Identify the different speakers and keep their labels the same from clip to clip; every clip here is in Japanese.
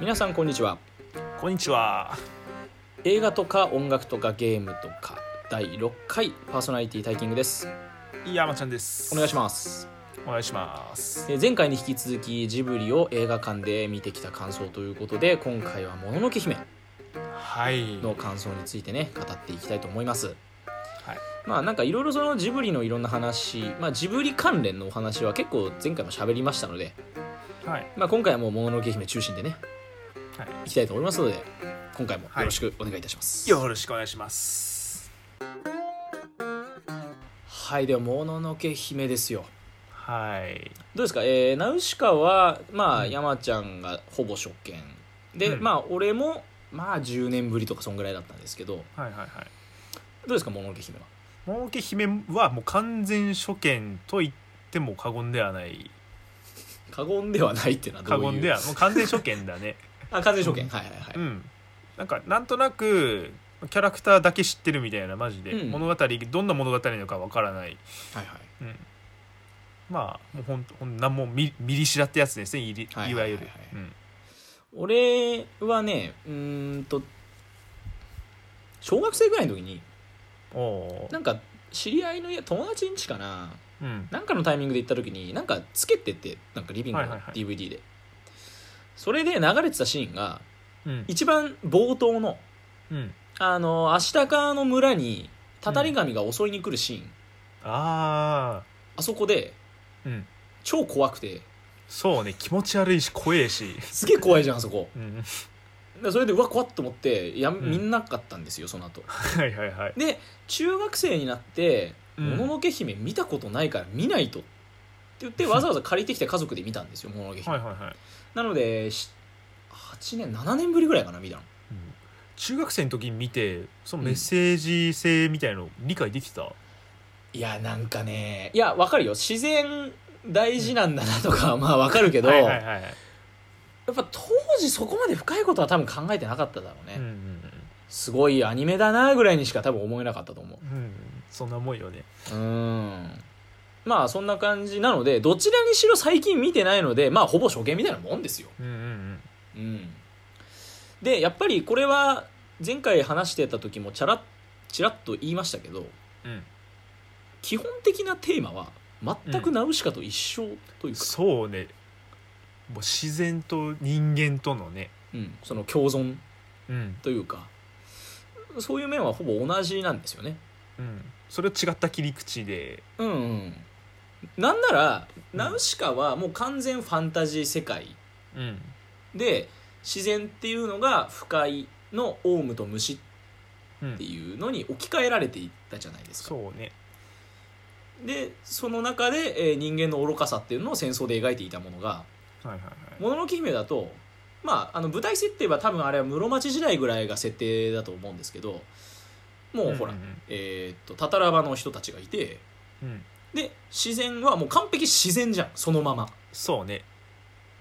Speaker 1: 皆さんこんにちは
Speaker 2: こんにちは。
Speaker 1: 映画とか音楽とかゲームとか第6回パーソナリティタイキングです
Speaker 2: 山ちゃんです。
Speaker 1: お願いし
Speaker 2: ま
Speaker 1: ます
Speaker 2: す。お願いします。
Speaker 1: えー前回に引き続きジブリを映画館で見てきた感想ということで今回は「もののけ姫
Speaker 2: はい」。
Speaker 1: の感想についてね語っていきたいと思います
Speaker 2: はい。
Speaker 1: まあなんかいろいろそのジブリのいろんな話、まあ、ジブリ関連のお話は結構前回も喋りましたので、
Speaker 2: はい。
Speaker 1: まあ、今回はもう「もののけ姫」中心でね
Speaker 2: はい
Speaker 1: きたいと思いますので今回もよろしくお願いいたします
Speaker 2: い。、よろしくお願いします。
Speaker 1: はい、では「もののけ姫」ですよ
Speaker 2: はい。
Speaker 1: どうですか、えーナウシカは、まあ
Speaker 2: うん
Speaker 1: 山ちゃんがほぼ初見で、
Speaker 2: うん
Speaker 1: まあ俺もまあ10年ぶりとかそんぐらいだったんですけどど
Speaker 2: はいはいはい。
Speaker 1: うですか「もののけ姫は」
Speaker 2: もののけ姫はもう完全初見と言っても過言ではない。
Speaker 1: 過言ではないっていうのはど
Speaker 2: 過
Speaker 1: ういう
Speaker 2: 言ではもう完全初見だね。
Speaker 1: あ完全初見、
Speaker 2: うん
Speaker 1: はいはい はい、
Speaker 2: うん。なんかなんとなくキャラクターだけ知ってるみたいなマジで、
Speaker 1: うん
Speaker 2: 物語どんな物語なのかわからない。
Speaker 1: はいはい
Speaker 2: うん。まあもうほんとほんなんもミミリ知らってやつですね。いり
Speaker 1: はい
Speaker 2: い
Speaker 1: は
Speaker 2: わ
Speaker 1: いはいはい
Speaker 2: ゆる。うん。
Speaker 1: 俺はねうーんと小学生ぐらいの時に
Speaker 2: おおー。
Speaker 1: なんか知り合いの家友達ん家かな
Speaker 2: うん。
Speaker 1: なんかのタイミングで行った時になんかつけてってなんかリビングの
Speaker 2: はいはいはい
Speaker 1: DVD でそれで流れてたシーンが
Speaker 2: うん。
Speaker 1: 一番冒頭の
Speaker 2: うん。
Speaker 1: あのアシタカの村にたたり神が襲いに来るシーン、
Speaker 2: ああ
Speaker 1: あそこで
Speaker 2: うん
Speaker 1: 超怖くて
Speaker 2: そうね気持ち悪いし怖えし、
Speaker 1: すげえ怖いじゃんあそこ
Speaker 2: うん、
Speaker 1: でそれでうわ怖っと思ってや
Speaker 2: ん
Speaker 1: みんなかったんですよその後
Speaker 2: はいはいはい
Speaker 1: で中学生になって「
Speaker 2: うん
Speaker 1: もののけ姫」見たことないから見ないとって言ってわざわざ借りてきて家族で見たんですよ「もののけ
Speaker 2: はいは
Speaker 1: 姫
Speaker 2: いはい、」
Speaker 1: なのでし8年7年ぶりぐらいかな見たの
Speaker 2: うん中学生の時に見てそのメッセージ性みたいの理解できてた、
Speaker 1: いやなんかねいやわかるよ自然大事なんだなとか、まあわかるけど
Speaker 2: はいはいはいはい
Speaker 1: やっぱ当時そこまで深いことは多分考えてなかっただろうね、
Speaker 2: うん
Speaker 1: すごいアニメだなぐらいにしか多分思えなかったと思う
Speaker 2: うんうんうんそんなもんよね
Speaker 1: うーんまあそんな感じなのでどちらにしろ最近見てないのでまあほぼ初見みたいなもんですよ
Speaker 2: うんうん
Speaker 1: うんでやっぱりこれは前回話してた時もチャラッチラッと言いましたけど
Speaker 2: うんうん
Speaker 1: 基本的なテーマは全くナウシカと一緒というか、
Speaker 2: そうねもう自然と人間とのね
Speaker 1: うん、その共存
Speaker 2: うん
Speaker 1: というかそういう面はほぼ同じなんですよね
Speaker 2: うんそれは違った切り口で
Speaker 1: うんうんなんなら、
Speaker 2: うん
Speaker 1: ナウシカはもう完全ファンタジー世界
Speaker 2: うん
Speaker 1: で自然っていうのが不快のオウムと虫
Speaker 2: う
Speaker 1: って
Speaker 2: ん
Speaker 1: いうのに置き換えられていったじゃないですか
Speaker 2: そうね
Speaker 1: でその中で、えー人間の愚かさっていうのを戦争で描いていたものが
Speaker 2: はいは
Speaker 1: 「
Speaker 2: いはい
Speaker 1: もののけ姫」だとまああの舞台設定は多分あれは室町時代ぐらいが設定だと思うんですけどもうほら、
Speaker 2: んん
Speaker 1: えーっとタタラバの人たちがいて
Speaker 2: うんうん
Speaker 1: で自然はもう完璧自然じゃんそのまま
Speaker 2: そうね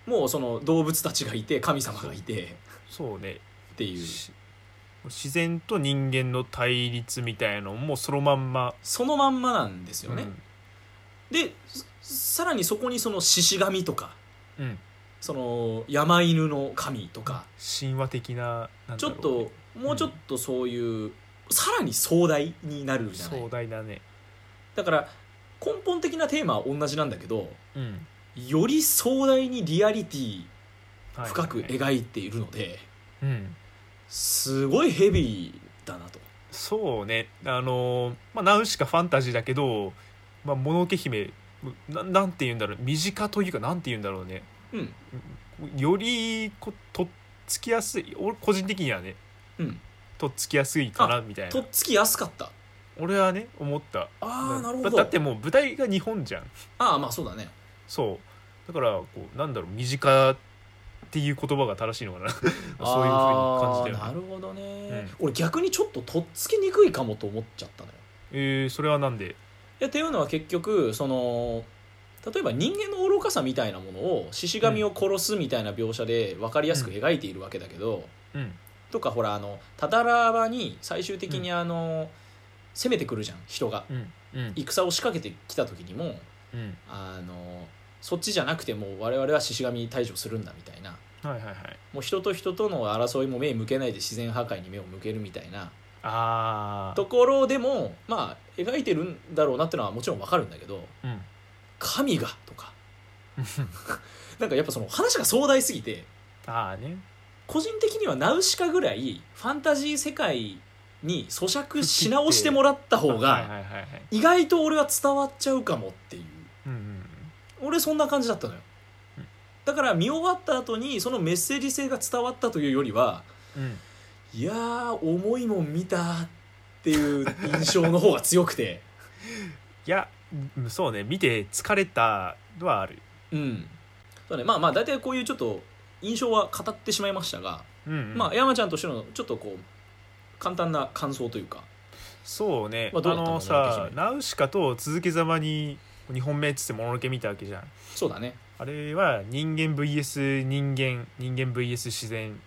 Speaker 1: もうその動物たちがいて神様がいて
Speaker 2: そうね
Speaker 1: っていう
Speaker 2: し自然と人間の対立みたいのもそのまんま
Speaker 1: そのまんまなんですよね、
Speaker 2: うん
Speaker 1: でささらにそこにその獅子神とか
Speaker 2: うん
Speaker 1: その山犬の神とか
Speaker 2: 神話的ななん
Speaker 1: ち
Speaker 2: だ
Speaker 1: ょ
Speaker 2: ろ
Speaker 1: っ
Speaker 2: う
Speaker 1: ともうちょっとそういう、さらに壮大になるじゃない
Speaker 2: 壮大だね
Speaker 1: だから根本的なテーマは同じなんだけど
Speaker 2: うん、
Speaker 1: より壮大にリアリティ
Speaker 2: はい
Speaker 1: 深く描いているので、
Speaker 2: うん
Speaker 1: すごいヘビーだなと
Speaker 2: そうねあのーまあナウシカファンタジーだけどまあもののけ姫ななんて言うんだろう身近というかなんて言うんだろうね
Speaker 1: うん
Speaker 2: よりことっつきやすい俺個人的にはね
Speaker 1: うん
Speaker 2: とっつきやすいかなみたい
Speaker 1: と
Speaker 2: な
Speaker 1: っつきやすかった
Speaker 2: 俺はね思った
Speaker 1: ああなるほど
Speaker 2: だだってもう舞台が日本じゃん
Speaker 1: ああまあそうだね
Speaker 2: そうだからこうなんだろう身近っていう言葉が正しいの かなそういうふうに感
Speaker 1: あ
Speaker 2: じた
Speaker 1: ー
Speaker 2: よ
Speaker 1: な
Speaker 2: ね
Speaker 1: るほどね、
Speaker 2: ん
Speaker 1: 俺逆にちょっととっつきにくいかもと思っちゃったのよ
Speaker 2: えー、それはなんで
Speaker 1: いやっていうのは結局その例えば人間の愚かさみたいなものを獅子神を殺すみたいな描写で分かりやすく描いているわけだけど、
Speaker 2: うん
Speaker 1: とかほらあのタタラバに最終的にあの、攻めてくるじゃん人が
Speaker 2: うんうん
Speaker 1: 戦を仕掛けてきた時にも
Speaker 2: うん
Speaker 1: あのそっちじゃなくてもう我々は獅子神に対処するんだみたいな
Speaker 2: はいはいはい
Speaker 1: もう人と人との争いも目向けないで自然破壊に目を向けるみたいな
Speaker 2: ああ
Speaker 1: ところでもまあ描いてるんだろうなってのはもちろんわかるんだけど
Speaker 2: うん
Speaker 1: 神がとかなんかやっぱその話が壮大すぎて
Speaker 2: ああね
Speaker 1: 個人的にはナウシカぐらいファンタジー世界に咀嚼し直してもらった方
Speaker 2: はい
Speaker 1: が
Speaker 2: はいはいはい
Speaker 1: 意外と俺は伝わっちゃうかもっていう
Speaker 2: うんうん
Speaker 1: 俺そんな感じだったのよ
Speaker 2: うん
Speaker 1: だから見終わった後にそのメッセージ性が伝わったというよりは
Speaker 2: うんうん
Speaker 1: いやー重いもん見たっていう印象の方が強くて
Speaker 2: いやうんそうね見て疲れたのはある
Speaker 1: うんそうねまあまあ大体こういうちょっと印象は語ってしまいましたが、
Speaker 2: うんうん
Speaker 1: まあ山ちゃんとしてのちょっとこう簡単な感想というか
Speaker 2: そうね、
Speaker 1: まあ
Speaker 2: あ、
Speaker 1: どうだったの直
Speaker 2: のさ
Speaker 1: 木
Speaker 2: ナウシカと続けざまに2本目っつってもののけ見たわけじゃん
Speaker 1: そうだね
Speaker 2: あれは人間 VS 人間人間 VS 自然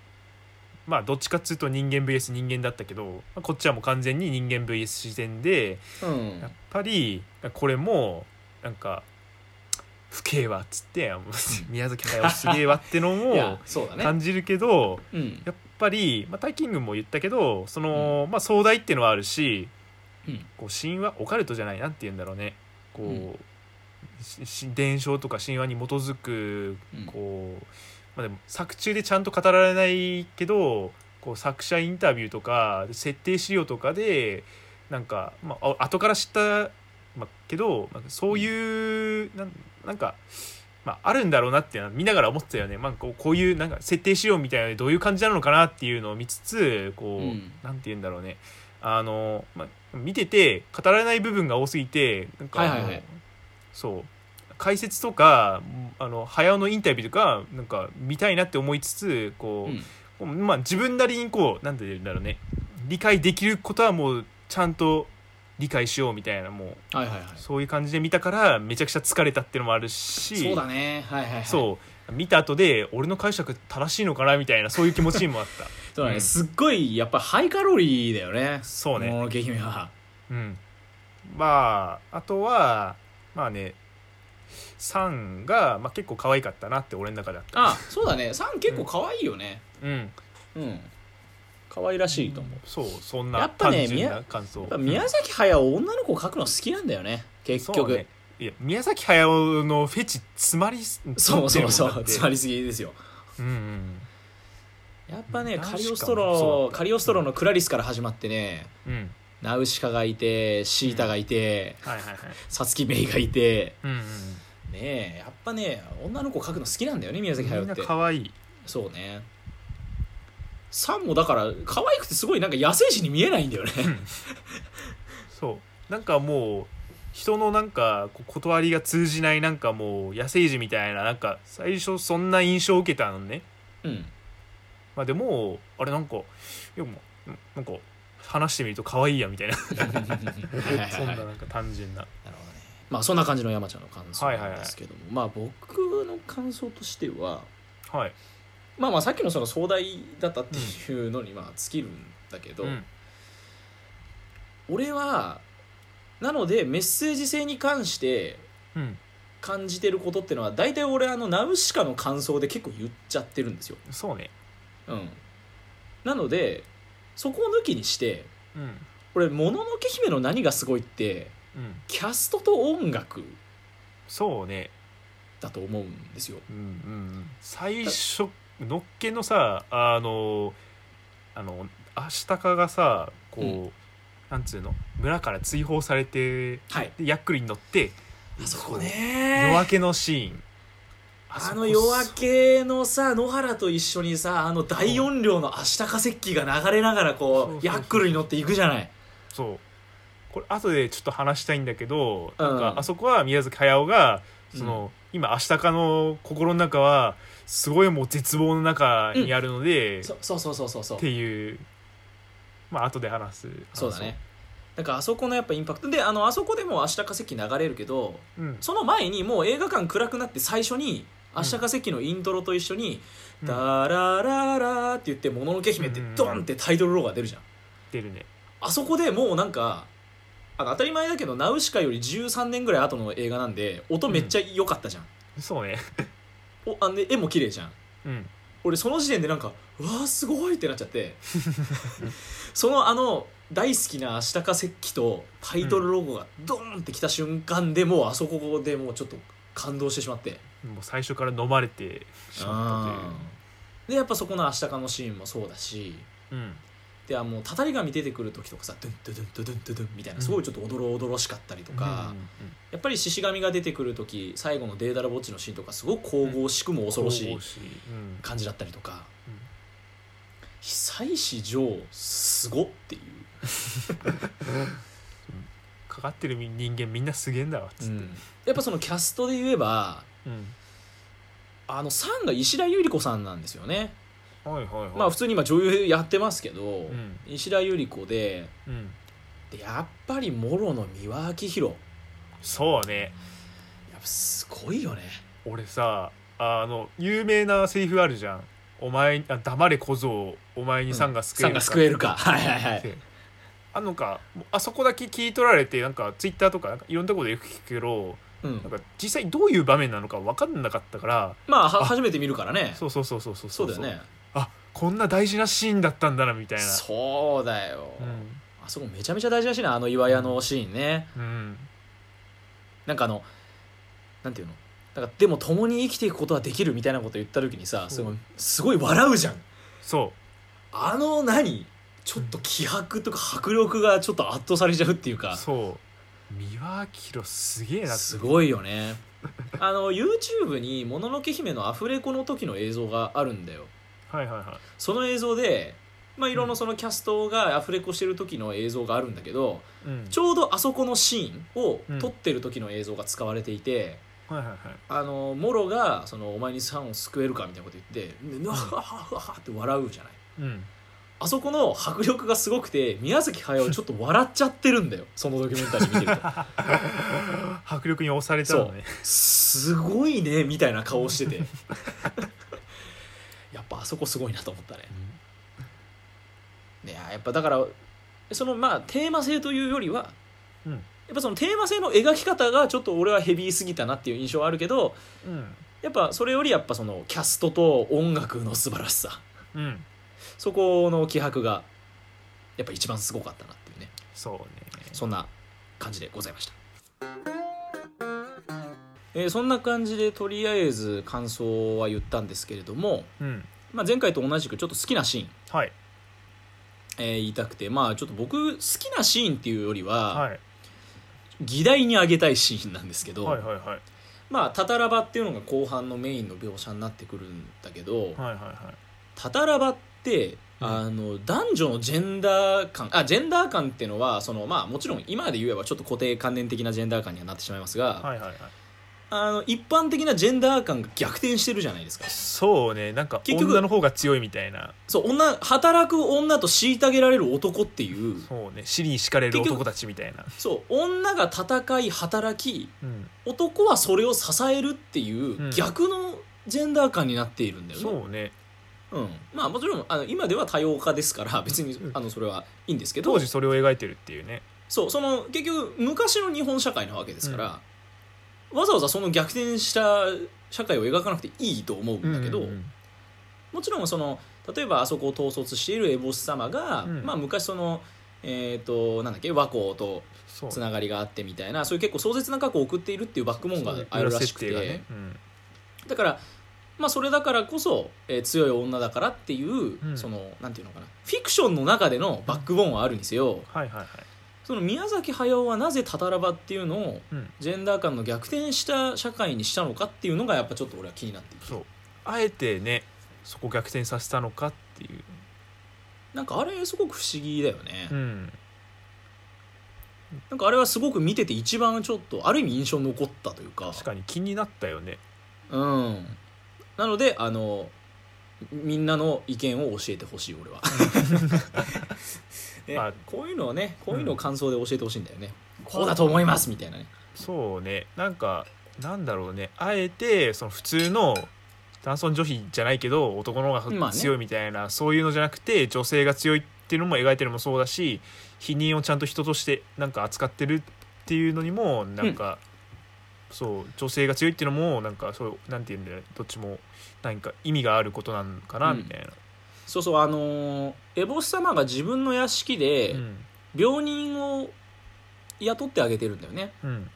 Speaker 2: まあどっちかっつうと人間 VS 人間だったけど、まあこっちはもう完全に人間 VS 自然で
Speaker 1: うん
Speaker 2: やっぱりこれもなんか「不敬は」っつってあの宮崎駿すげえわっての
Speaker 1: いや
Speaker 2: も
Speaker 1: そうだね
Speaker 2: 感じるけど、
Speaker 1: うん
Speaker 2: やっぱり、まあ、タイキングも言ったけどその、まあ、壮大っていうのはあるし
Speaker 1: うん
Speaker 2: こう神話オカルトじゃないなんて言うんだろうねこう、
Speaker 1: うん
Speaker 2: しし伝承とか神話に基づく
Speaker 1: うん
Speaker 2: こう、まあ、でも作中でちゃんと語られないけどこう作者インタビューとか設定資料とかでなんか、まあ、あ後から知った、まあ、けど、まあ、そういうなんなんか、まあ、あるんだろうなっていうのは見ながら思ってたよね、まあ、こうこういうなんか設定資料みたいなのでどういう感じなのかなっていうのを見つつこう、
Speaker 1: うん
Speaker 2: なんて言うんだろうねあの、まあ、見てて語られない部分が多すぎてなんか、
Speaker 1: はいはいはい
Speaker 2: あのそう解説とかあの早尾のインタビューとかなんか見たいなって思いつつこ
Speaker 1: うん
Speaker 2: う、まあ、自分なりにこうなんて言うんだろうね理解できることはもうちゃんと理解しようみたいなもう
Speaker 1: はいはいはい
Speaker 2: そういう感じで見たからめちゃくちゃ疲れたっていうのもあるし
Speaker 1: そうだねはいはいはい
Speaker 2: そう見た後で俺の解釈正しいのかなみたいなそういう気持ちにもあった
Speaker 1: そうだね、
Speaker 2: うん
Speaker 1: すっごいやっぱハイカロリーだよね
Speaker 2: そうね
Speaker 1: もののけ姫は
Speaker 2: うん、まああとはまあねサンが、まあ、結構可愛かったなって俺の中だった
Speaker 1: あそうだねサン結構可愛いよね
Speaker 2: うん
Speaker 1: うん可愛らしいと思う、
Speaker 2: そうそん
Speaker 1: や
Speaker 2: な
Speaker 1: っぱ
Speaker 2: 単
Speaker 1: ね
Speaker 2: 純な感想
Speaker 1: やっぱ宮崎駿女の子描くの好きなんだよね結
Speaker 2: そう
Speaker 1: 局
Speaker 2: ねいや宮崎駿のフェチ詰まりす
Speaker 1: そうそうそ
Speaker 2: 詰ま
Speaker 1: う
Speaker 2: って
Speaker 1: つ
Speaker 2: る
Speaker 1: ま
Speaker 2: もんだって
Speaker 1: りすぎですよ
Speaker 2: うんうん
Speaker 1: やっぱね
Speaker 2: うん
Speaker 1: カリオスト
Speaker 2: ナウシカもそうだ
Speaker 1: ロ
Speaker 2: った
Speaker 1: カリオストロのクラリスから始まってね
Speaker 2: うん
Speaker 1: ナウシカがいてシータがいて
Speaker 2: はいはいはい
Speaker 1: サツキメイがいて
Speaker 2: うんうん
Speaker 1: ねえやっぱね女の子描くの好きなんだよね宮崎
Speaker 2: み
Speaker 1: 駿
Speaker 2: ん
Speaker 1: っ
Speaker 2: な
Speaker 1: て
Speaker 2: 可愛い
Speaker 1: そうねサンもだから可愛くてすごいなんか野生児に見えないんだよ ね
Speaker 2: そうなんかもう人のなんかこう断りが通じないなんかもう野生児みたいななんか最初そんな印象を受けたのね
Speaker 1: うん
Speaker 2: まあでもあれなんかいやもうなんか話してみると可愛いやみたいな
Speaker 1: はいはいは
Speaker 2: そん
Speaker 1: い
Speaker 2: な
Speaker 1: なる
Speaker 2: な
Speaker 1: ほどね
Speaker 2: んか単純な
Speaker 1: まあそんな感じの山ちゃんの感想
Speaker 2: はいは
Speaker 1: な
Speaker 2: いは
Speaker 1: ん
Speaker 2: い
Speaker 1: ですけどもまあ僕の感想としては
Speaker 2: はい
Speaker 1: まあまあさっきのその壮大だったっていうのにまあ尽きるんだけど、
Speaker 2: うん
Speaker 1: 俺はなのでメッセージ性に関して
Speaker 2: うん
Speaker 1: 感じてることってのは大体俺あのナウシカの感想で結構言っちゃってるんですよ。
Speaker 2: そうね
Speaker 1: うん、なのでそこを抜きにして
Speaker 2: うん
Speaker 1: 俺「もののけ姫」の何がすごいって
Speaker 2: うん
Speaker 1: キャストと音楽
Speaker 2: そうね
Speaker 1: だと思うんですよ。
Speaker 2: うんうんうん最初のっけのさあのあのアシタカがさこう、
Speaker 1: う
Speaker 2: なんつうの村から追放されて
Speaker 1: はい、
Speaker 2: でヤックルに乗って
Speaker 1: あそこ
Speaker 2: こう夜明
Speaker 1: ね
Speaker 2: けのシーン
Speaker 1: あ
Speaker 2: そこ
Speaker 1: の夜明けのさ野原と一緒にさあの大音量の「明日化石器」が流れながら
Speaker 2: そう
Speaker 1: こ
Speaker 2: そう
Speaker 1: うヤックルに乗っていくじゃない。
Speaker 2: そうこれ後でちょっと話したいんだけど、
Speaker 1: うん
Speaker 2: なんかあそこは宮崎駿がその、今明日かの心の中はすごいもう絶望の中にあるので、っ
Speaker 1: そそうそうそうそうそう
Speaker 2: ていうまあ後で話す
Speaker 1: そうだねなんかあそこのやっぱインパクトであのあそこでも「明日化石器」流れるけど
Speaker 2: うん
Speaker 1: その前にもう映画館暗くなって最初に「明日化石」のイントロと一緒に「
Speaker 2: うん
Speaker 1: ダラララ」って言って「もののけ姫」ってドンってタイトルロゴが出るじゃん
Speaker 2: 出るね
Speaker 1: あそこでもうなんかあの当たり前だけどナウシカより13年ぐらい後の映画なんで音めっちゃ良かったじゃん、
Speaker 2: そうね
Speaker 1: おあの絵も綺麗じゃん
Speaker 2: うん
Speaker 1: 俺その時点でなんかうわーすごいってなっちゃって そのあの大好きな下か石器とタイトルロゴがドーンってきた瞬間でもうあそこでもうちょっと感動してしまって
Speaker 2: もう最初から飲まれてしまっ
Speaker 1: でやっぱそこの「アシタカ」のシーンもそうだし
Speaker 2: たという、うん、
Speaker 1: であのたたり神出てくる時とかさドゥンドゥドゥンドゥドゥンドゥドゥンみたいなすごいちょっとおどろおどろしかったりとか、やっぱり獅子神が出てくる時最後のデーダラボッチのシーンとかすごく神々しくも恐ろしい
Speaker 2: うん
Speaker 1: 感じだったりとか
Speaker 2: うん
Speaker 1: 久石譲すごっていう、
Speaker 2: かかってる人間みんなすげえんだわっつって、
Speaker 1: やっぱそのキャストで言えば
Speaker 2: うん
Speaker 1: あのさんが石田ゆり子さんなんですよね、
Speaker 2: はいはいはい
Speaker 1: まあ普通に今女優やってますけど、
Speaker 2: うん
Speaker 1: 石田ゆり子で
Speaker 2: うん
Speaker 1: でやっぱりもろの三輪明宏
Speaker 2: そうね
Speaker 1: やっぱすごいよね
Speaker 2: 俺さあの有名なセリフあるじゃん「お前あ黙れ小僧お前にさんが救え
Speaker 1: さん
Speaker 2: るか」
Speaker 1: が救えるかはいはいはい
Speaker 2: であのかもうあそこだけ聞い取られてなんかツイッターとかなんかいろんなところでよく聞くけど
Speaker 1: うん
Speaker 2: なんか実際どういう場面なのか分かんなかったから
Speaker 1: まあは初めて見るからね
Speaker 2: そうそうそうそうそう
Speaker 1: そうだよね
Speaker 2: あこんな大事なシーンだったんだなみたいな
Speaker 1: そうだよ、
Speaker 2: うん
Speaker 1: あそこめちゃめちゃ大事だしなあの岩屋のシーンね
Speaker 2: うん
Speaker 1: なんかあのなんていうのなんかでも共に生きていくことはできるみたいなこと言った時にさすごいすごい笑うじゃん
Speaker 2: そ
Speaker 1: あの何ちょっと気迫とか迫力がちょっと圧倒されちゃうっていう
Speaker 2: う
Speaker 1: か
Speaker 2: そう三輪明宏すげえなって
Speaker 1: すごいよねあの YouTube に「もののけ姫」のアフレコの時の映像があるんだよ
Speaker 2: はいはいは
Speaker 1: その映像でまあいろんなそのキャストがアフレコしてる時の映像があるんだけど
Speaker 2: い、うん、
Speaker 1: ちょうどあそこのシーンを
Speaker 2: うん
Speaker 1: 撮ってる時の映像が使われていて、
Speaker 2: はいはいはい
Speaker 1: あのモロがその「お前にさんを救えるか」みたいなこと言って「でわはははって笑うじゃない
Speaker 2: うん
Speaker 1: あそこの迫力がすごくて宮崎駿ちょっと笑っちゃってるんだよそのドキュメンタリー見てると
Speaker 2: 迫力に押されたのね
Speaker 1: すごいねみたいな顔して てやっぱあそこすごいなと思ったねいややっぱだからそのまあテーマ性というよりは、
Speaker 2: うん
Speaker 1: やっぱそのテーマ性の描き方がちょっと俺はヘビーすぎたなっていう印象はあるけど
Speaker 2: うん
Speaker 1: やっぱそれよりやっぱそのキャストと音楽の素晴らしさ
Speaker 2: うん
Speaker 1: そこの気迫がやっぱ一番すごかったなっていうね
Speaker 2: そうね
Speaker 1: そんな感じでございました、えーそんな感じでとりあえず感想は言ったんですけれども、
Speaker 2: うん
Speaker 1: まあ、前回と同じくちょっと好きなシーン、
Speaker 2: はい
Speaker 1: えー言いたくてまあちょっと僕好きなシーンっていうよりは、
Speaker 2: はい
Speaker 1: 議題に挙げたいシーンなんですけど、
Speaker 2: はいはいはいはい
Speaker 1: まあタタラバっていうのが後半のメインの描写になってくるんだけど、
Speaker 2: はいは
Speaker 1: タタラバって、
Speaker 2: うん
Speaker 1: あの男女のジェンダー感あジェンダー感っていうのはその、まあ、もちろん今で言えばちょっと固定観念的なジェンダー感にはなってしまいますが、
Speaker 2: いはいはいはい
Speaker 1: あの一般的なジェンダー感が逆転してるじゃないですか
Speaker 2: そうねなんか
Speaker 1: 結局
Speaker 2: 女の方が強いみたいな
Speaker 1: そう女働く女と虐げられる男っていう
Speaker 2: そうね尻に敷かれる
Speaker 1: 結局
Speaker 2: 男たちみたいな
Speaker 1: そう女が戦い働き
Speaker 2: うん
Speaker 1: 男はそれを支えるっていう、
Speaker 2: うん
Speaker 1: 逆のジェンダー感になっているんだよね
Speaker 2: そうね
Speaker 1: うん、まあもちろんあの今では多様化ですから別に
Speaker 2: うん
Speaker 1: あのそれはいいんですけど
Speaker 2: 当時それを描いてるっていうね
Speaker 1: そうその結局昔の日本社会なわけですから、わざわざその逆転した社会を描かなくていいと思うんだけど、
Speaker 2: うんうん
Speaker 1: もちろんその例えばあそこを統率しているエボス様が、
Speaker 2: うん
Speaker 1: まあ、昔その。えー、となんだっけ和光と
Speaker 2: そう
Speaker 1: つながりがあってみたいなそういう結構壮絶な過去を送っているっていうバックモンがあるらしくて、
Speaker 2: 裏設定がねうん
Speaker 1: だから、まあ、それだからこそ、えー強い女だからっていう、
Speaker 2: うん
Speaker 1: そのなんていうのかなフィクションの中でのバックボーンはあるにせよ、
Speaker 2: はいはいはい
Speaker 1: その宮崎駿はなぜタタラバっていうのを
Speaker 2: うん
Speaker 1: ジェンダー間の逆転した社会にしたのかっていうのがやっぱちょっと俺は気になっている
Speaker 2: そうあえてねそこ逆転させたのかっていう
Speaker 1: なんかあれすごく不思議だよね、
Speaker 2: うん
Speaker 1: なんかあれはすごく見てて一番ちょっとある意味印象に残ったというか
Speaker 2: 確かに気になったよね
Speaker 1: うんなのであのみんなの意見を教えてほしい 俺は、ね
Speaker 2: まあ
Speaker 1: こういうのをねこういうのを感想で教えてほしいんだよね、こうだと思いますみたいなね
Speaker 2: そうねなんかなんだろうねあえてその普通の男尊女卑じゃないけど男の方
Speaker 1: まあね
Speaker 2: が強いみたいな、そういうのじゃなくて女性が強いっていうのも描いてるのもそうだし否認をちゃんと人としてなんか扱ってるっていうのにもなんか、そう女性が強いっていうのもなんかそうなんていうんだよどっちも何か意味があることなんかな
Speaker 1: うん
Speaker 2: みたいな、
Speaker 1: そうそうあのーエボス様が自分の屋敷
Speaker 2: う
Speaker 1: で
Speaker 2: ん
Speaker 1: 病人を雇ってあげてるんだよね
Speaker 2: うん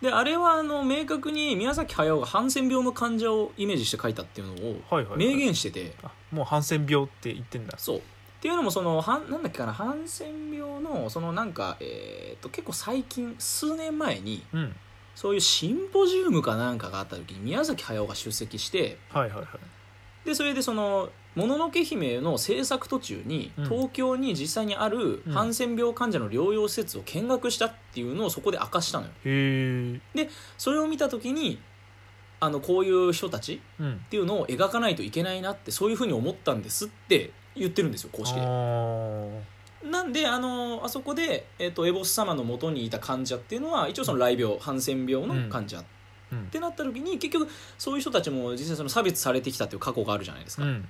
Speaker 1: であれはあの明確に宮崎駿がハンセン病の患者をイメージして書いたっていうのを
Speaker 2: はいはい、はい、
Speaker 1: 明言してて
Speaker 2: あもうハンセン病って言ってんだ
Speaker 1: そうっていうのもそのはんなんだっけかなハンセン病のそのなんか、えー、と結構最近数年前に
Speaker 2: うん
Speaker 1: そういうシンポジウムかなんかがあった時に宮崎駿が出席して
Speaker 2: はいはいはい
Speaker 1: でそれでその「もののけ姫」の制作途中に
Speaker 2: うん
Speaker 1: 東京に実際にある
Speaker 2: うん
Speaker 1: ハンセン病患者の療養施設を見学したっていうのをそこで明かしたのよ
Speaker 2: へえ
Speaker 1: それを見た時にあのこういう人たち
Speaker 2: うん
Speaker 1: っていうのを描かないといけないなってそういうふうに思ったんですって言ってるんですよ公式
Speaker 2: あ
Speaker 1: で
Speaker 2: ー
Speaker 1: なんであのあそこで、えっとエボス様の元にいた患者っていうのは一応その雷病ハンセン病の患者、
Speaker 2: うん
Speaker 1: ってなった時に結局そういう人たちも実際その差別されてきたっていう過去があるじゃないですか、
Speaker 2: うん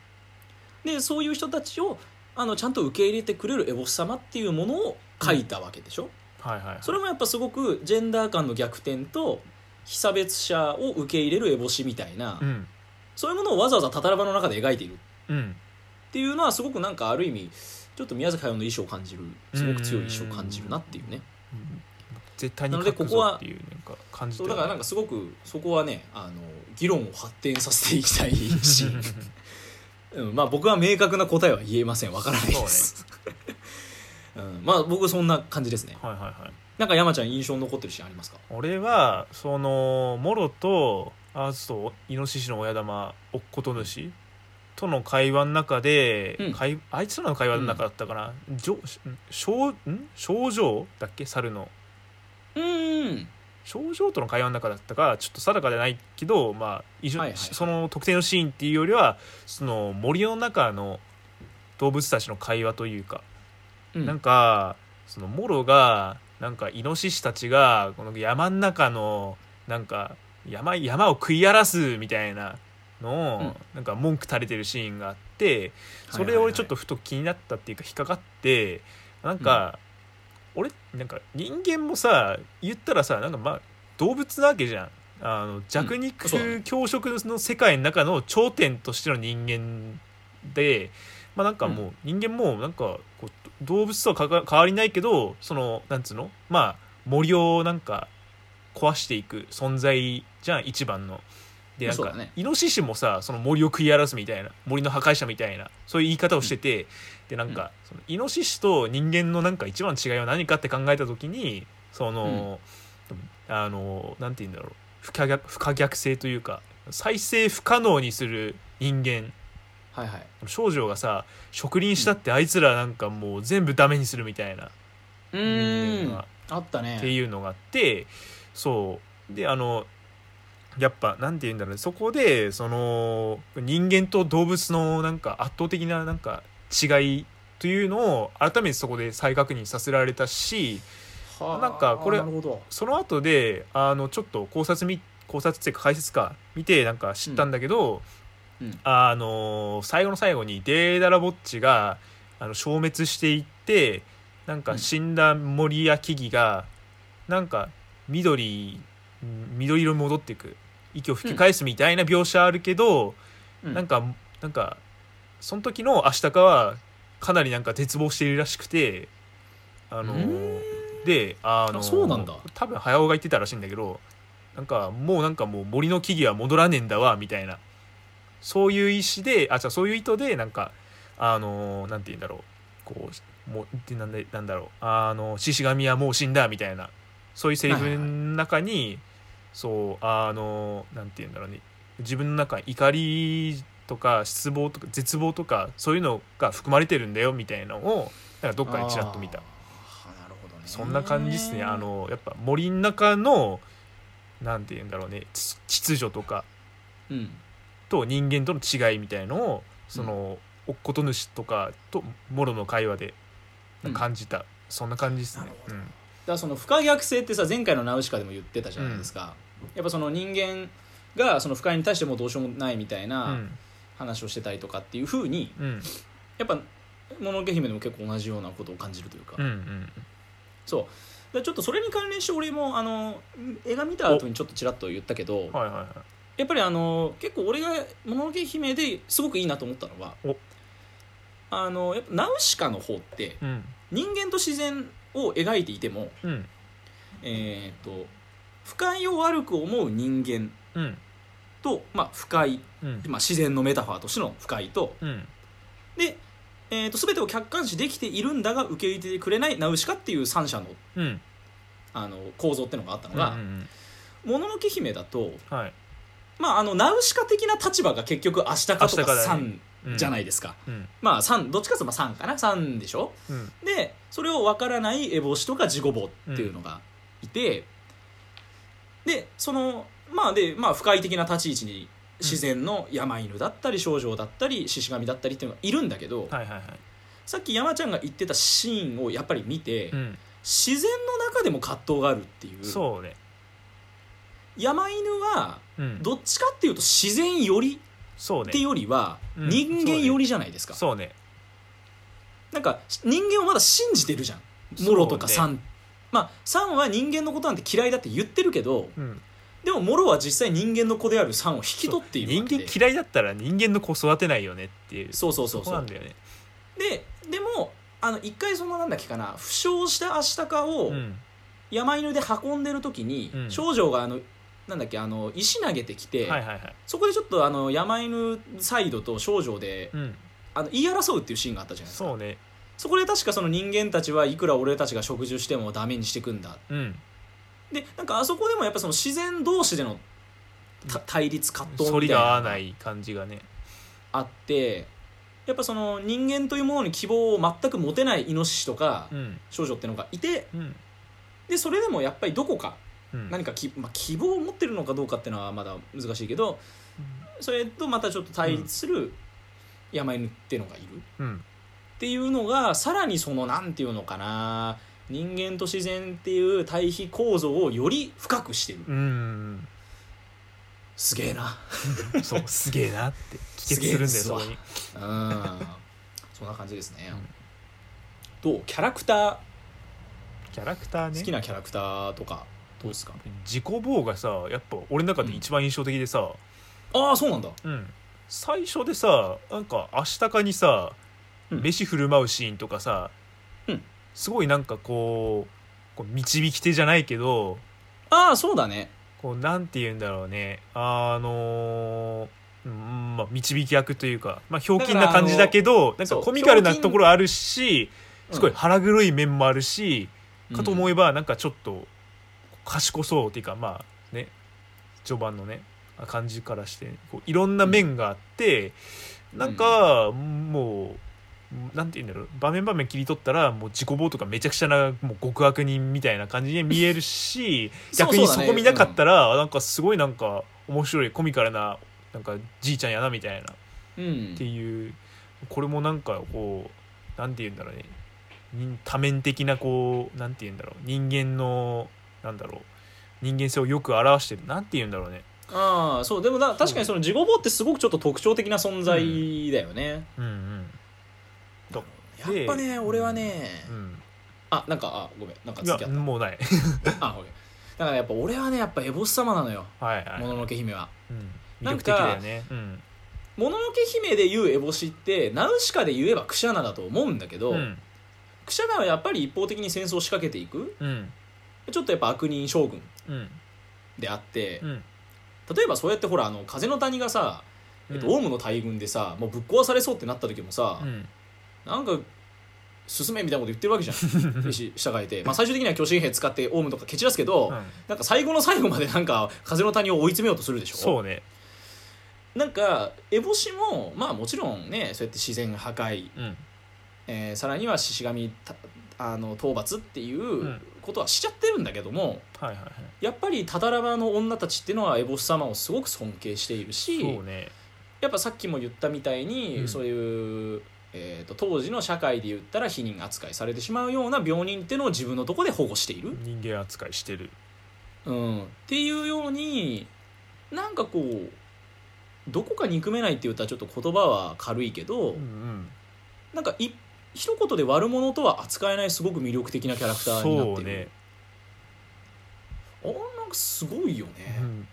Speaker 1: でそういう人たちをあのちゃんと受け入れてくれるエボス様っていうものを書いたわけでしょ、
Speaker 2: はいはいはい
Speaker 1: それもやっぱすごくジェンダー間の逆転と被差別者を受け入れるエボシみたいな、
Speaker 2: うん
Speaker 1: そういうものをわざわざタタラバの中で描いている
Speaker 2: うん
Speaker 1: っていうのはすごくなんかある意味ちょっと宮崎駿の衣装を感じるすごく強い衣装を感じるなっていうね
Speaker 2: うん絶対に
Speaker 1: なので
Speaker 2: 書く
Speaker 1: ここ
Speaker 2: ぞ
Speaker 1: は
Speaker 2: っていうなんか感じ
Speaker 1: そうだからなん
Speaker 2: か
Speaker 1: かすごくそこはねあの議論を発展させていきたいし、 うん、まあ僕は明確な答えは言えませんわからないです、 うん、まあ僕そんな感じですね
Speaker 2: はいはいはい
Speaker 1: なんか山ちゃん印象に残ってるシーンありますか
Speaker 2: 俺はそのモロとアースとイノシシの親玉おっこと主との会話の中で、
Speaker 1: うん
Speaker 2: 会あいつらの会話の中だったかな、じょん症ん症状だっけ猿の
Speaker 1: うん
Speaker 2: 症状との会話の中だったかちょっと定かじゃないけど、まあ一緒
Speaker 1: はいはい
Speaker 2: その特定のシーンっていうよりはその森の中の動物たちの会話というか
Speaker 1: うん
Speaker 2: なんかそのモロがなんかイノシシたちがこの山の中のなんか山山を食い荒らすみたいなのを、
Speaker 1: うん
Speaker 2: なんか文句垂れてるシーンがあってそれ俺ちょっとふと気になったっていうか引っかかってなんか、俺なんか人間もさ言ったらさなんかまあ動物なわけじゃん。あの弱肉
Speaker 1: そうだね
Speaker 2: 強食の世界の中の頂点としての人間で、まあなんかもう人間もなんかこう動物とはかか変わりないけどそのなんつうのまあ森をなんか壊していく存在じゃん一番の。でなん
Speaker 1: そう
Speaker 2: か、
Speaker 1: だね
Speaker 2: イノシシもさその森を食い荒らすみたいな森の破壊者みたいなそういう言い方をしてて、でなんか、そのイノシシと人間のなんか一番の違いは何かって考えた時にその、あのなんて言うんだろう不可逆不可逆性というか再生不可能にする人間
Speaker 1: はいはい
Speaker 2: 少女がさ植林したってあいつらなんかもう全部ダメにするみたいな、
Speaker 1: う
Speaker 2: 人間
Speaker 1: ん
Speaker 2: が
Speaker 1: あったね
Speaker 2: っていうのがあってそうであのやっぱなんて言うんだろうねそこでその人間と動物のなんか圧倒的ななんか違いというのを改めてそこで再確認させられたし
Speaker 1: はあ
Speaker 2: なんかこれ
Speaker 1: なるほど
Speaker 2: その後であのちょっと考察み考察っていうか解説か見てなんか知ったんだけど、
Speaker 1: うんうん
Speaker 2: あの最後の最後にデーダラボッチがあの消滅していってなん
Speaker 1: う
Speaker 2: か
Speaker 1: ん
Speaker 2: 死んだ森や木々がなんか緑緑色に戻っていく息を吹き返すみたいな描写あるけど、
Speaker 1: うん
Speaker 2: なんかなんかその時のアシタカはかなりなんか絶望しているらしくてあの
Speaker 1: うー
Speaker 2: であの
Speaker 1: あそうなんだ
Speaker 2: 多分早尾が言ってたらしいんだけどなんかもうなんかもう森の木々は戻らねえんだわみたいなそういう意思であじゃあそういう意図でなんかあのなんて言うんだろうこうもうでなんだなんだろうあの獅子神はもう死んだみたいなそういうセリフの中に、そうあのなんて言うんだろうね自分の中に怒りとか失望とか絶望とかそういうのが含まれてるんだよみたいなのをなんかどっかでちらっと見
Speaker 1: あ
Speaker 2: た
Speaker 1: ーなるほどね
Speaker 2: そんな感じですねあのやっぱ森の中のなんて言うんだろうね秩秩序とか
Speaker 1: うん
Speaker 2: と人間との違いみたいのをその、おっこと主とかともろの会話で
Speaker 1: うん
Speaker 2: 感じた、そんな感じですね
Speaker 1: なるほどだからその不可逆性ってさ前回の「ナウシカ」でも言ってたじゃないですか、やっぱその人間がその不快に対してもうどうしようもないみたい
Speaker 2: うんう
Speaker 1: なん話をしてたりとかっていうふうに
Speaker 2: うん
Speaker 1: やっぱ「もののけ姫」でも結構同じようなことを感じるというか、
Speaker 2: うんうん
Speaker 1: そうらちょっとそれに関連して俺もあの映画見た後にちょっとちらっと言ったけど
Speaker 2: はいはいはい
Speaker 1: やっぱりあの結構俺が「もののけ姫」ですごくいいなと思ったのは
Speaker 2: お
Speaker 1: あのやっぱナウシカの方って
Speaker 2: うん
Speaker 1: 人間と自然を描いていても、
Speaker 2: うん
Speaker 1: えー、と不快を悪く思う人間
Speaker 2: うん
Speaker 1: と、まあ、不快、
Speaker 2: うん
Speaker 1: まあ、自然のメタファーとしての不快と
Speaker 2: うん
Speaker 1: で、えー、と全てを客観視できているんだが受け入れてくれないナウシカっていう三者の
Speaker 2: うん
Speaker 1: あの構造ってのがあったの
Speaker 2: う
Speaker 1: が
Speaker 2: んうん
Speaker 1: 「もののけ姫」だと、
Speaker 2: うんはい
Speaker 1: まあ、あのナウシカ的な立場が結局アシタカと
Speaker 2: アシタカ
Speaker 1: か
Speaker 2: だね
Speaker 1: サン
Speaker 2: うん
Speaker 1: じゃないですか。
Speaker 2: うん
Speaker 1: まあ、三どっちかというと3かな3でしょ
Speaker 2: うん
Speaker 1: でそれを分からないエボシとかジゴボっていうのがいて、でそのまあでまあ不快的な立ち位置に自然の山犬だったり少女だったり獅子神だったりっていうのがいるんだけど、
Speaker 2: はいはいはい
Speaker 1: さっき山ちゃんが言ってたシーンをやっぱり見て、
Speaker 2: うん
Speaker 1: 自然の中でも葛藤があるっていう
Speaker 2: そうね
Speaker 1: 山犬は
Speaker 2: うん
Speaker 1: どっちかっていうと自然寄り
Speaker 2: そう
Speaker 1: って
Speaker 2: ね
Speaker 1: よりは
Speaker 2: うん
Speaker 1: 人間寄りじゃないですか、
Speaker 2: そうね
Speaker 1: なんか人間をまだ信じてるじゃんモロとか
Speaker 2: そう
Speaker 1: サン、まあサンは人間のことなんて嫌いだって言ってるけど
Speaker 2: うん
Speaker 1: でもモロは実際人間の子であるサンを引き取っている
Speaker 2: 人
Speaker 1: わけで
Speaker 2: 間嫌いだったら人間の子育てないよねっていう
Speaker 1: そうそうそ
Speaker 2: そうこ
Speaker 1: そ
Speaker 2: なん
Speaker 1: う
Speaker 2: だよね
Speaker 1: ででもあの一回そのなんだっけかな負傷したアシタカを
Speaker 2: うん
Speaker 1: 山犬で運んでる時に、
Speaker 2: うん
Speaker 1: 少女があのなんだっけあの石投げてきて、
Speaker 2: はいはいはい
Speaker 1: そこでちょっとあの山犬サイドと少女で、
Speaker 2: うん
Speaker 1: あの言い争うっていうシーンがあったじゃないですか
Speaker 2: そうね
Speaker 1: そこで確かその人間たちはいくら俺たちが植樹してもダメにしてくんだ
Speaker 2: うん
Speaker 1: でなんかあそこでもやっぱその自然同士でのた対立葛藤
Speaker 2: 反り
Speaker 1: みたい
Speaker 2: が合
Speaker 1: な
Speaker 2: わ
Speaker 1: のが
Speaker 2: ない感じがね
Speaker 1: あってやっぱその人間というものに希望を全く持てないイノシシとか
Speaker 2: うん
Speaker 1: 少女ってのがいて
Speaker 2: うん
Speaker 1: でそれでもやっぱりどこか
Speaker 2: うん
Speaker 1: 何かき、まあ、希望を持ってるのかどうかっていうのはまだ難しいけどそれとまたちょっと対立する山犬っていうのがいるっ
Speaker 2: うん
Speaker 1: ていうのがさらにそのなんていうのかな人間と自然っていう対比構造をより深くしてる
Speaker 2: うん
Speaker 1: すげえな
Speaker 2: そうすげえなって帰
Speaker 1: すげえ
Speaker 2: 結するんだ
Speaker 1: す
Speaker 2: よそ
Speaker 1: わ
Speaker 2: こに
Speaker 1: うんそんな感じですね
Speaker 2: うん、
Speaker 1: どうキャラクタ
Speaker 2: キャラクター
Speaker 1: ー
Speaker 2: ね
Speaker 1: 好きなキャラクターとかどうですか
Speaker 2: 自己棒がさやっぱ俺の中で一番印象的でさ、
Speaker 1: ああそうなんだ
Speaker 2: うん最初でさなんか「アシタカ」にさ、
Speaker 1: うん
Speaker 2: 飯振る舞うシーンとかさ、
Speaker 1: うん
Speaker 2: すごいなんかこうこう導き手じゃないけど
Speaker 1: ああそうだね
Speaker 2: こうなんて言うんだろうねあのーうんまあ、導き役というか、まあ、ひょうきんな感じだけどなんか
Speaker 1: そう
Speaker 2: コミカル
Speaker 1: ひ
Speaker 2: な
Speaker 1: ょうきん
Speaker 2: ところあるしすごい
Speaker 1: うん
Speaker 2: 腹黒い面もあるし、かと思
Speaker 1: い
Speaker 2: えばなんかちょっと賢そうっていうかまあね序盤のね感じからしてこういろんな面があって、なんかもうなんて言うんだろう場面場面切り取ったらもう自己棒とかめちゃくちゃなもう極悪人みたいな感じに見え るし逆にそこ見なかった
Speaker 1: ら
Speaker 2: ら、なんかすごいなんか面白いコミカルななんかじいちゃんやなみたいな
Speaker 1: うんうん
Speaker 2: っていうこれもなんかこうなんて言うんだろうね人多面的なこうなんて言うんだろう人間のなんだろう人間性をよく表してるなんて言うんだろうね
Speaker 1: ああそうでもだ確かにそのジゴボウってすごくちょっと特徴的な存在だよね、
Speaker 2: うんうんとで
Speaker 1: やっぱね俺はね、
Speaker 2: うん
Speaker 1: あなんかあごめんなんか
Speaker 2: い
Speaker 1: 付き
Speaker 2: や
Speaker 1: 合っ
Speaker 2: もうない
Speaker 1: たあごめんだからやっぱ俺はねやっぱエボス様なのよ
Speaker 2: はいは
Speaker 1: もの
Speaker 2: い、
Speaker 1: のけ姫は
Speaker 2: うん、魅
Speaker 1: なん
Speaker 2: 力
Speaker 1: か
Speaker 2: 的だよねうん
Speaker 1: もののけ姫で言うエボシってナウシカで言えばクシャナだと思うんだけど、
Speaker 2: うん
Speaker 1: クシャナはやっぱり一方的に戦争を仕掛けていく
Speaker 2: うん
Speaker 1: ちょっとやっぱ悪人将軍
Speaker 2: うん
Speaker 1: であって
Speaker 2: う、ん
Speaker 1: 例えばそうやってほらあの風の谷がさ、えっと、オウムの大軍でさもうぶっ壊されそうってなった時もさ、
Speaker 2: うん
Speaker 1: なんか進めみたいなこと言ってるわけじゃん し従えて、まあ、最終的には巨神兵使ってオウムとか蹴散らすけど、
Speaker 2: うん
Speaker 1: なんか最後の最後までなんか風の谷を追い詰めようとするでしょ
Speaker 2: そうね
Speaker 1: なんか烏帽子もまあもちろんねそうやって自然破壊
Speaker 2: うん
Speaker 1: えーさらには獅子神たあの討伐っていうんことはしちゃってるんだけども、
Speaker 2: はいはいはい
Speaker 1: やっぱりタタラバの女たちっていうのはエボス様をすごく尊敬しているし
Speaker 2: そうね
Speaker 1: やっぱさっきも言ったみたいに、
Speaker 2: うん
Speaker 1: そういう、えー、と当時の社会で言ったら否認扱いされてしまうような病人っていうのを自分のとこで保護している、
Speaker 2: 人間扱いしてる
Speaker 1: うん、っていうようになんかこうどこか憎めないって言ったらちょっと言葉は軽いけど、
Speaker 2: うんうん
Speaker 1: なんかい一言で悪者とは扱えないすごく魅力的なキャラクターになっ
Speaker 2: そ
Speaker 1: てい
Speaker 2: う
Speaker 1: る。
Speaker 2: ね
Speaker 1: あれなんかすごいよね
Speaker 2: うん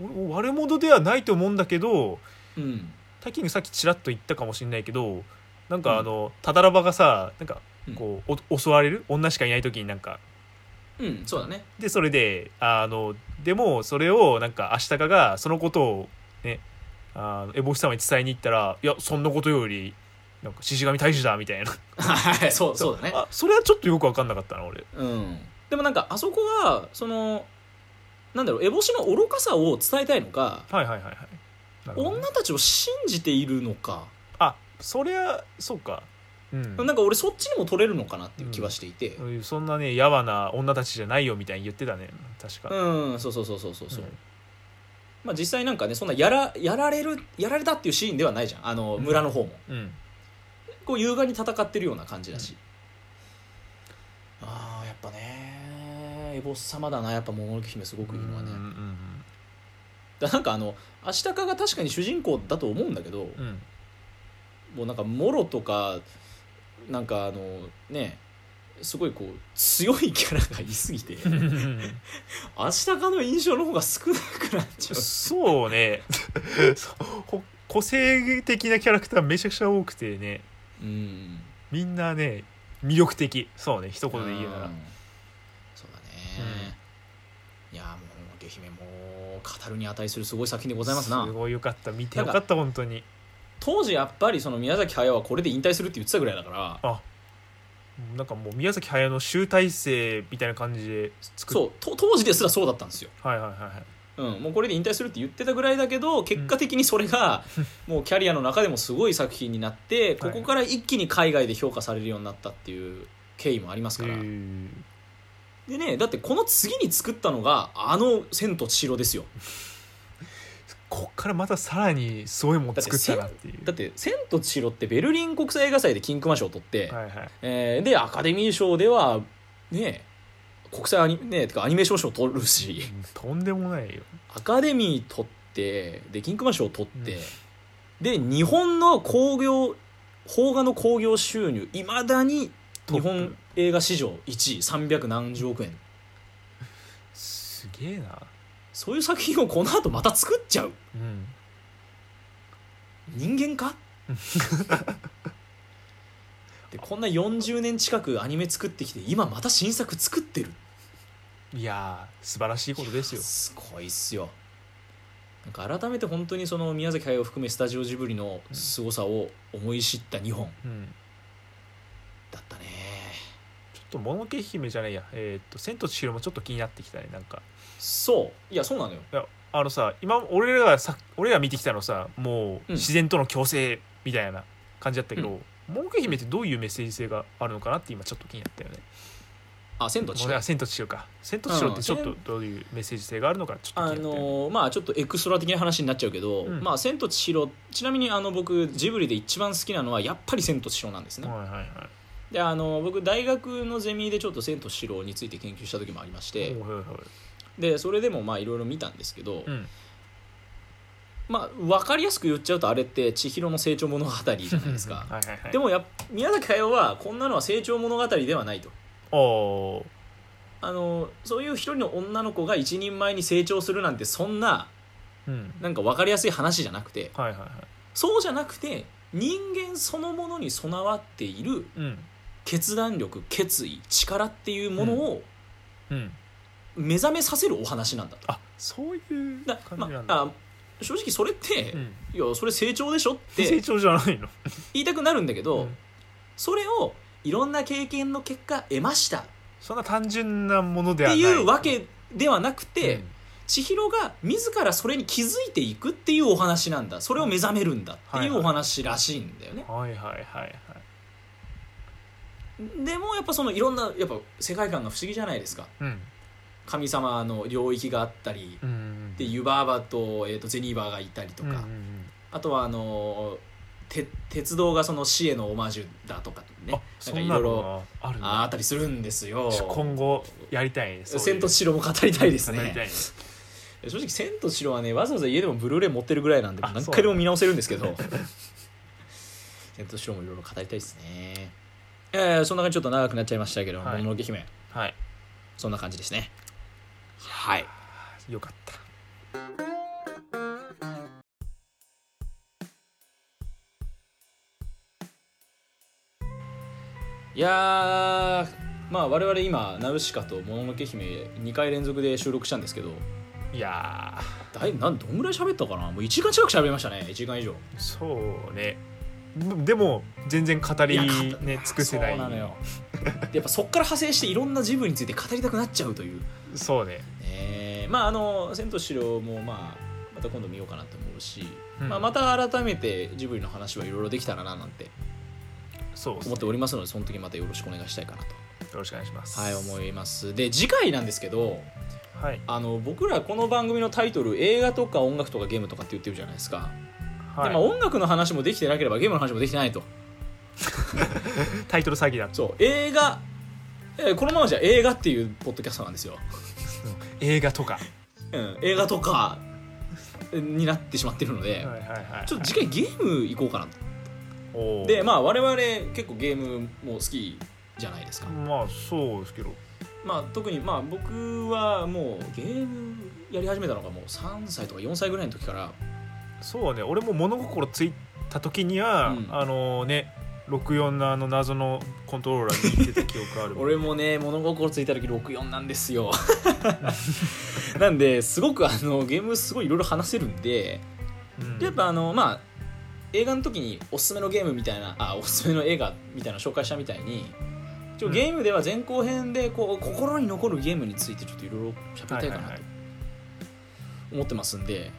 Speaker 2: 俺悪者ではないと思うんだけど
Speaker 1: うん
Speaker 2: タイキングさっきちらっと言ったかもしれないけどな
Speaker 1: う
Speaker 2: ん
Speaker 1: ん
Speaker 2: かあの、ただらばがさなんか
Speaker 1: うん
Speaker 2: こう、お襲われる女しかいない時になんか
Speaker 1: うんそうだね
Speaker 2: でそれであのでもそれをなんかアシタカがそのことをねあのエボシ様に伝えに行ったら「いやそんなことよりなんか獅子神大使だ」みたいな
Speaker 1: はいそうそうだね
Speaker 2: あそれはちょっとよく分かんなかったな俺
Speaker 1: うんでもなんかあそこはそのなんだろう烏帽子の愚かさを伝えたいのか
Speaker 2: はいはいはいはいなるほどね
Speaker 1: 女たちを信じているのか、
Speaker 2: あそりゃそうかうん
Speaker 1: なんか俺そっちにも取れるのかなっていう気はしていて
Speaker 2: うんそんなねやわな女たちじゃないよみたいに言ってたね確か、
Speaker 1: うん、そうそうそうそうそうそう、
Speaker 2: うん
Speaker 1: まあ実際なんかねそんなやらやられるやられたっていうシーンではないじゃんあの
Speaker 2: うん
Speaker 1: 村の方も、
Speaker 2: うん
Speaker 1: こう優雅に戦ってるような感じだし、ああやっぱねエボス様だなやっぱ桃の木姫すごくいいのはね、
Speaker 2: うんうん
Speaker 1: だなんかあのアシタカが確かに主人公だと思うんだけど、
Speaker 2: うんうん
Speaker 1: もうなんかモロとかなんかあのねすごいこう強いキャラがいす ぎてアシタカの印象の方が少なくなっちゃう
Speaker 2: そうね そうほ個性的なキャラクターめちゃくちゃ多くてね
Speaker 1: うん
Speaker 2: みんなね魅力的そうね一言で言うな
Speaker 1: う
Speaker 2: ら
Speaker 1: んそうだね、いやーもう「下姫」も語るに値するすごい作品でございますな
Speaker 2: すごいよかった見てよかった本当に
Speaker 1: 当時やっぱりその宮崎駿はこれで引退するって言ってたぐらいだから
Speaker 2: なんかもう宮崎駿の集大成みたいな感じで作っ
Speaker 1: そうと当時ですらそうだったんですよ、
Speaker 2: はいはいはいはい
Speaker 1: うん、もうこれで引退するって言ってたぐらいだけど結果的にそれ がもうキャリアの中でもすごい作品になってここから一気に海外で評価されるようになったっていう経緯もありますから、
Speaker 2: うん
Speaker 1: でねだってこの次に作ったのがあの「千と千尋」ですよ
Speaker 2: こっからまたさらにすごいもん作ったなっていう
Speaker 1: だって「千と千尋」ってベルリン国際映画祭で金熊賞を取って、
Speaker 2: はいはい
Speaker 1: えーでアカデミー賞ではね国際アニ,、ね、てかアニメーション賞を取るし
Speaker 2: うんとんでもないよ
Speaker 1: アカデミー取ってで金熊賞を取って、
Speaker 2: うん
Speaker 1: で日本の興行邦画の興行収入いまだに
Speaker 2: トッ
Speaker 1: 日
Speaker 2: プ
Speaker 1: 本映画史上1位300何十億円
Speaker 2: すげえな
Speaker 1: そういう作品をこの後また作っちゃう
Speaker 2: うん
Speaker 1: 人間 かでこんな40年近くアニメ作ってきて今また新作作ってる
Speaker 2: いやー素晴らしいことですよ
Speaker 1: すごいっすよなんか改めて本当にその宮崎駿を含めスタジオジブリの凄さを思い知った2本
Speaker 2: うん
Speaker 1: だったね
Speaker 2: ちょっともののけ姫じゃないやえーっと千と千尋もちょっと気になってきたねなんか
Speaker 1: そういやそうなのよ
Speaker 2: いやあのさ今俺らがさ俺ら見てきたのさもう
Speaker 1: うん
Speaker 2: 自然との共生みたいな感じだったけど、
Speaker 1: う
Speaker 2: もののけ姫ってどういうメッセージ性があるのかなって今ちょっと気になったよね。
Speaker 1: あ千と千
Speaker 2: もう
Speaker 1: 尋
Speaker 2: あ千と千尋か。千と千尋ってちょっ
Speaker 1: う
Speaker 2: とどういうメッセージ性があるのかちょっ
Speaker 1: あ
Speaker 2: と気になったよね。
Speaker 1: のーまあちょっとエクストラ的な話になっちゃうけど「
Speaker 2: うん
Speaker 1: まあ、千と千尋」ちなみにあの僕ジブリで一番好きなのはやっぱり「千と千尋」なんですね、
Speaker 2: はいはいは
Speaker 1: であのー僕大学のゼミでちょっと「千と千尋」について研究した時もありまし
Speaker 2: い。
Speaker 1: て、
Speaker 2: おうはいはいはい
Speaker 1: でそれでもまあいろいろ見たんですけど、
Speaker 2: うん
Speaker 1: まあ分かりやすく言っちゃうとあれって千尋の成長物語じゃないですか
Speaker 2: はいはいはい。
Speaker 1: で
Speaker 2: も
Speaker 1: もやっ宮崎駿はこんなのは成長物語ではないと
Speaker 2: おー
Speaker 1: あのそういう一人の女の子が一人前に成長するなんてそんな
Speaker 2: うん。
Speaker 1: なんか分かりやすい話じゃなくて
Speaker 2: はいはいはい。
Speaker 1: そうじゃなくて人間そのものに備わっている
Speaker 2: うん
Speaker 1: 決断力決意力っていうものを
Speaker 2: うん。
Speaker 1: 目覚めさせるお話なんだと。
Speaker 2: あそういう
Speaker 1: だ
Speaker 2: 感じな
Speaker 1: ま
Speaker 2: んだ。
Speaker 1: あ、あ正直それって、
Speaker 2: うん、
Speaker 1: いやそれ成長でしょっ
Speaker 2: 成
Speaker 1: て
Speaker 2: 長じゃないの。
Speaker 1: 言いたくなるんだけど、
Speaker 2: うん
Speaker 1: それをいろんな経験の結果得ましたっ
Speaker 2: そんな単純なもので
Speaker 1: て
Speaker 2: はない。
Speaker 1: いうわけではなくて、
Speaker 2: うん
Speaker 1: 千尋が自らそれに気づいていくっていうお話なんだそれを目覚めるんだっていうお話らしいんだよね、
Speaker 2: はいはいはいはい。
Speaker 1: でもやっぱそのいろんなやっぱ世界観が不思議じゃないですか
Speaker 2: うん。
Speaker 1: 神様の領域があったり、
Speaker 2: うん。
Speaker 1: でユバーバと,、えー、とゼニーバーがいたりと
Speaker 2: と
Speaker 1: か、あとはあのーて鉄道がその死へのオマージュだとかね
Speaker 2: あ、
Speaker 1: な
Speaker 2: そ
Speaker 1: んか
Speaker 2: ん
Speaker 1: い
Speaker 2: な
Speaker 1: ろいろ
Speaker 2: のがあるんだ
Speaker 1: あったりするんですよ
Speaker 2: 今後やりたいね。そういう
Speaker 1: 千と千尋も語りたいです
Speaker 2: やりたい
Speaker 1: ね
Speaker 2: ね。
Speaker 1: 正直千と千尋はねわざわざ家でもブルーレイ持ってるぐらいなんで
Speaker 2: あ
Speaker 1: 何回でも見直せるんですけど 千と千尋もいろいろ語りたいですねえーそんな感じでちょっと長くなっちゃいましたけども
Speaker 2: はい
Speaker 1: もののけ姫」
Speaker 2: はい。
Speaker 1: そんな感じですねはい
Speaker 2: よかった
Speaker 1: いやーまあ我々今「ナウシカ」と「もののけ姫」2回連続で収録したんですけど
Speaker 2: いや
Speaker 1: だいなんどんぐらい喋ったかなもう1時間近く喋りましたね1時間以上
Speaker 2: ーそうねででも全然語りね尽くせな
Speaker 1: そ
Speaker 2: い
Speaker 1: うなのよでやっぱそっから派生していろんなジブリについて語りたくなっちゃうという
Speaker 2: そうね
Speaker 1: えーまああの「千と千尋」もまあまた今度見ようかなと思うし、
Speaker 2: うん
Speaker 1: まあ、また改めてジブリの話はいろいろできたらななんて
Speaker 2: そうですね
Speaker 1: 思っておりますのでその時またよろしくお願いしたいかな
Speaker 2: よろしくお願いします
Speaker 1: と、はい、思いますで次回なんですけど
Speaker 2: はい
Speaker 1: あの僕らこの番組のタイトル映画とか音楽とかゲームとかって言ってるじゃないですか、
Speaker 2: はい
Speaker 1: でまあ音楽の話もできてなければゲームの話もできてないと
Speaker 2: タイトル詐欺だ
Speaker 1: そう映画、えーこのままじゃ映画っていうポッドキャストなんですよ
Speaker 2: 映画とか
Speaker 1: うん、映画とかになってしまってるので、
Speaker 2: はいはいはい
Speaker 1: ちょっと次回ゲーム行こうかなと、
Speaker 2: おー
Speaker 1: でまあ我々結構ゲームも好きじゃないですか、
Speaker 2: まあそうですけど
Speaker 1: まあ特にまあ僕はもうゲームやり始めたのがもう3歳とか4歳ぐらいの時から
Speaker 2: そうね俺も物心ついた時には、
Speaker 1: うん
Speaker 2: あのね64のあの謎のコントローラーに行ってた記憶ある
Speaker 1: 俺もね物心ついた時64なんですよ なんですごくあのゲームすごいいろいろ話せるんで
Speaker 2: うん
Speaker 1: でやっぱあのまあ映画の時におすすめのゲームみたいなあおすすめの映画みたいなの紹介したみたいにちょ
Speaker 2: うん
Speaker 1: ゲームでは前後編でこう心に残るゲームについてちょっといろいろ喋りたいか
Speaker 2: は
Speaker 1: ない
Speaker 2: はい
Speaker 1: と思ってますんで、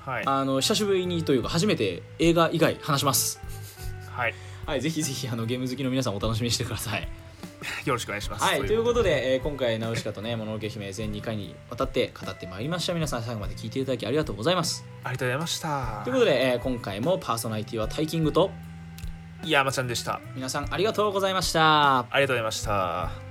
Speaker 2: はい
Speaker 1: あの久しぶりにというか初めて映画以外話します
Speaker 2: はい
Speaker 1: はいぜひぜひあのゲーム好きの皆さんお楽しみにしてください
Speaker 2: よろしくお願いします
Speaker 1: はいという
Speaker 2: こ
Speaker 1: ことで、えー今回「ナウシカとね「もののけ姫」全2回にわたって語ってまいりました皆さん最後まで聞いていただきありがとうございます
Speaker 2: とでありがとうございました
Speaker 1: ということで、えー今回もパーソナリティはタイキングと
Speaker 2: 山ちゃんでした
Speaker 1: 皆さんありがとうございました
Speaker 2: ありがとうございました